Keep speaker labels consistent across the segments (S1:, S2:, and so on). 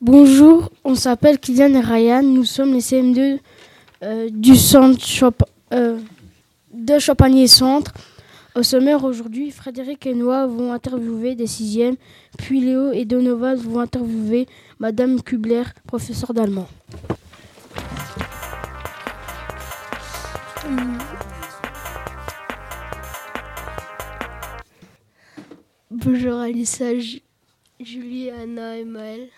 S1: Bonjour, on s'appelle Kylian et Ryan. Nous sommes les CM2 euh, du centre Chop- euh, de Champagné Centre. Au sommaire aujourd'hui, Frédéric et Noah vont interviewer des sixièmes, puis Léo et Donovan vont interviewer Madame Kubler, professeure d'allemand.
S2: Bonjour Alissa, Ju- Julie, Anna et Maël.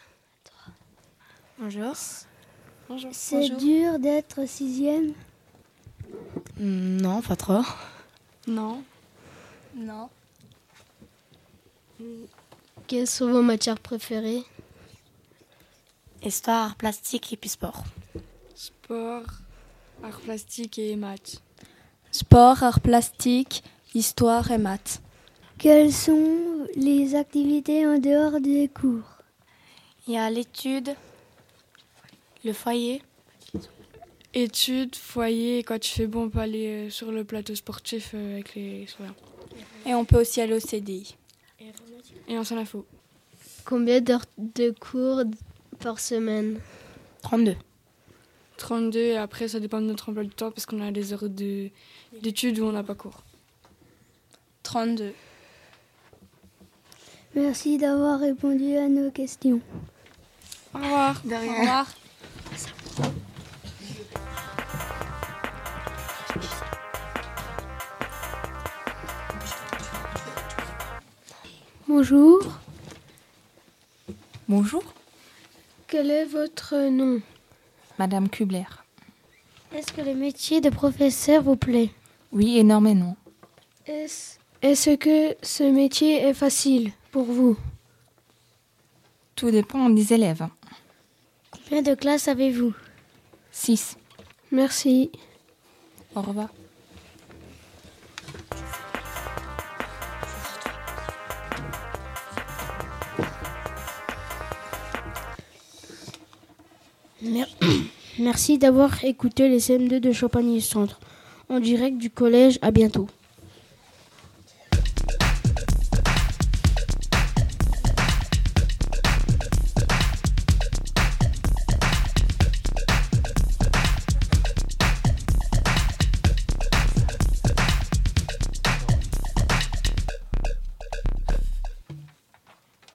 S3: Bonjour. Bonjour.
S4: C'est dur d'être sixième.
S3: Mm, Non, pas trop.
S2: Non.
S4: Non.
S2: Quelles sont vos matières préférées
S3: Histoire, plastique et puis sport.
S5: Sport, arts plastiques et maths.
S6: Sport, arts plastiques, histoire et maths.
S4: Quelles sont les activités en dehors des cours
S3: Il y a l'étude, le foyer.
S5: Études, foyer, quand tu fais bon, on peut aller euh, sur le plateau sportif euh, avec les soirs.
S6: Et on peut aussi aller au CDI.
S5: Et en s'en info.
S2: Combien d'heures de cours d- par semaine
S3: 32.
S5: 32, et après, ça dépend de notre emploi du temps parce qu'on a des heures de- d'études où on n'a pas cours.
S6: 32.
S4: Merci d'avoir répondu à nos questions.
S5: Au revoir.
S6: Au revoir.
S4: Bonjour.
S7: Bonjour,
S2: Quel est votre nom
S7: Madame Kubler.
S4: Est-ce que le métier de professeur vous plaît
S7: Oui, énormément.
S2: Est-ce est-ce que ce métier est facile pour vous
S7: Tout dépend des élèves.
S4: Combien de classes avez-vous
S7: 6.
S2: Merci.
S7: Au revoir.
S1: Mer- Merci d'avoir écouté les CM2 de Champagné Centre. En direct du collège, à bientôt.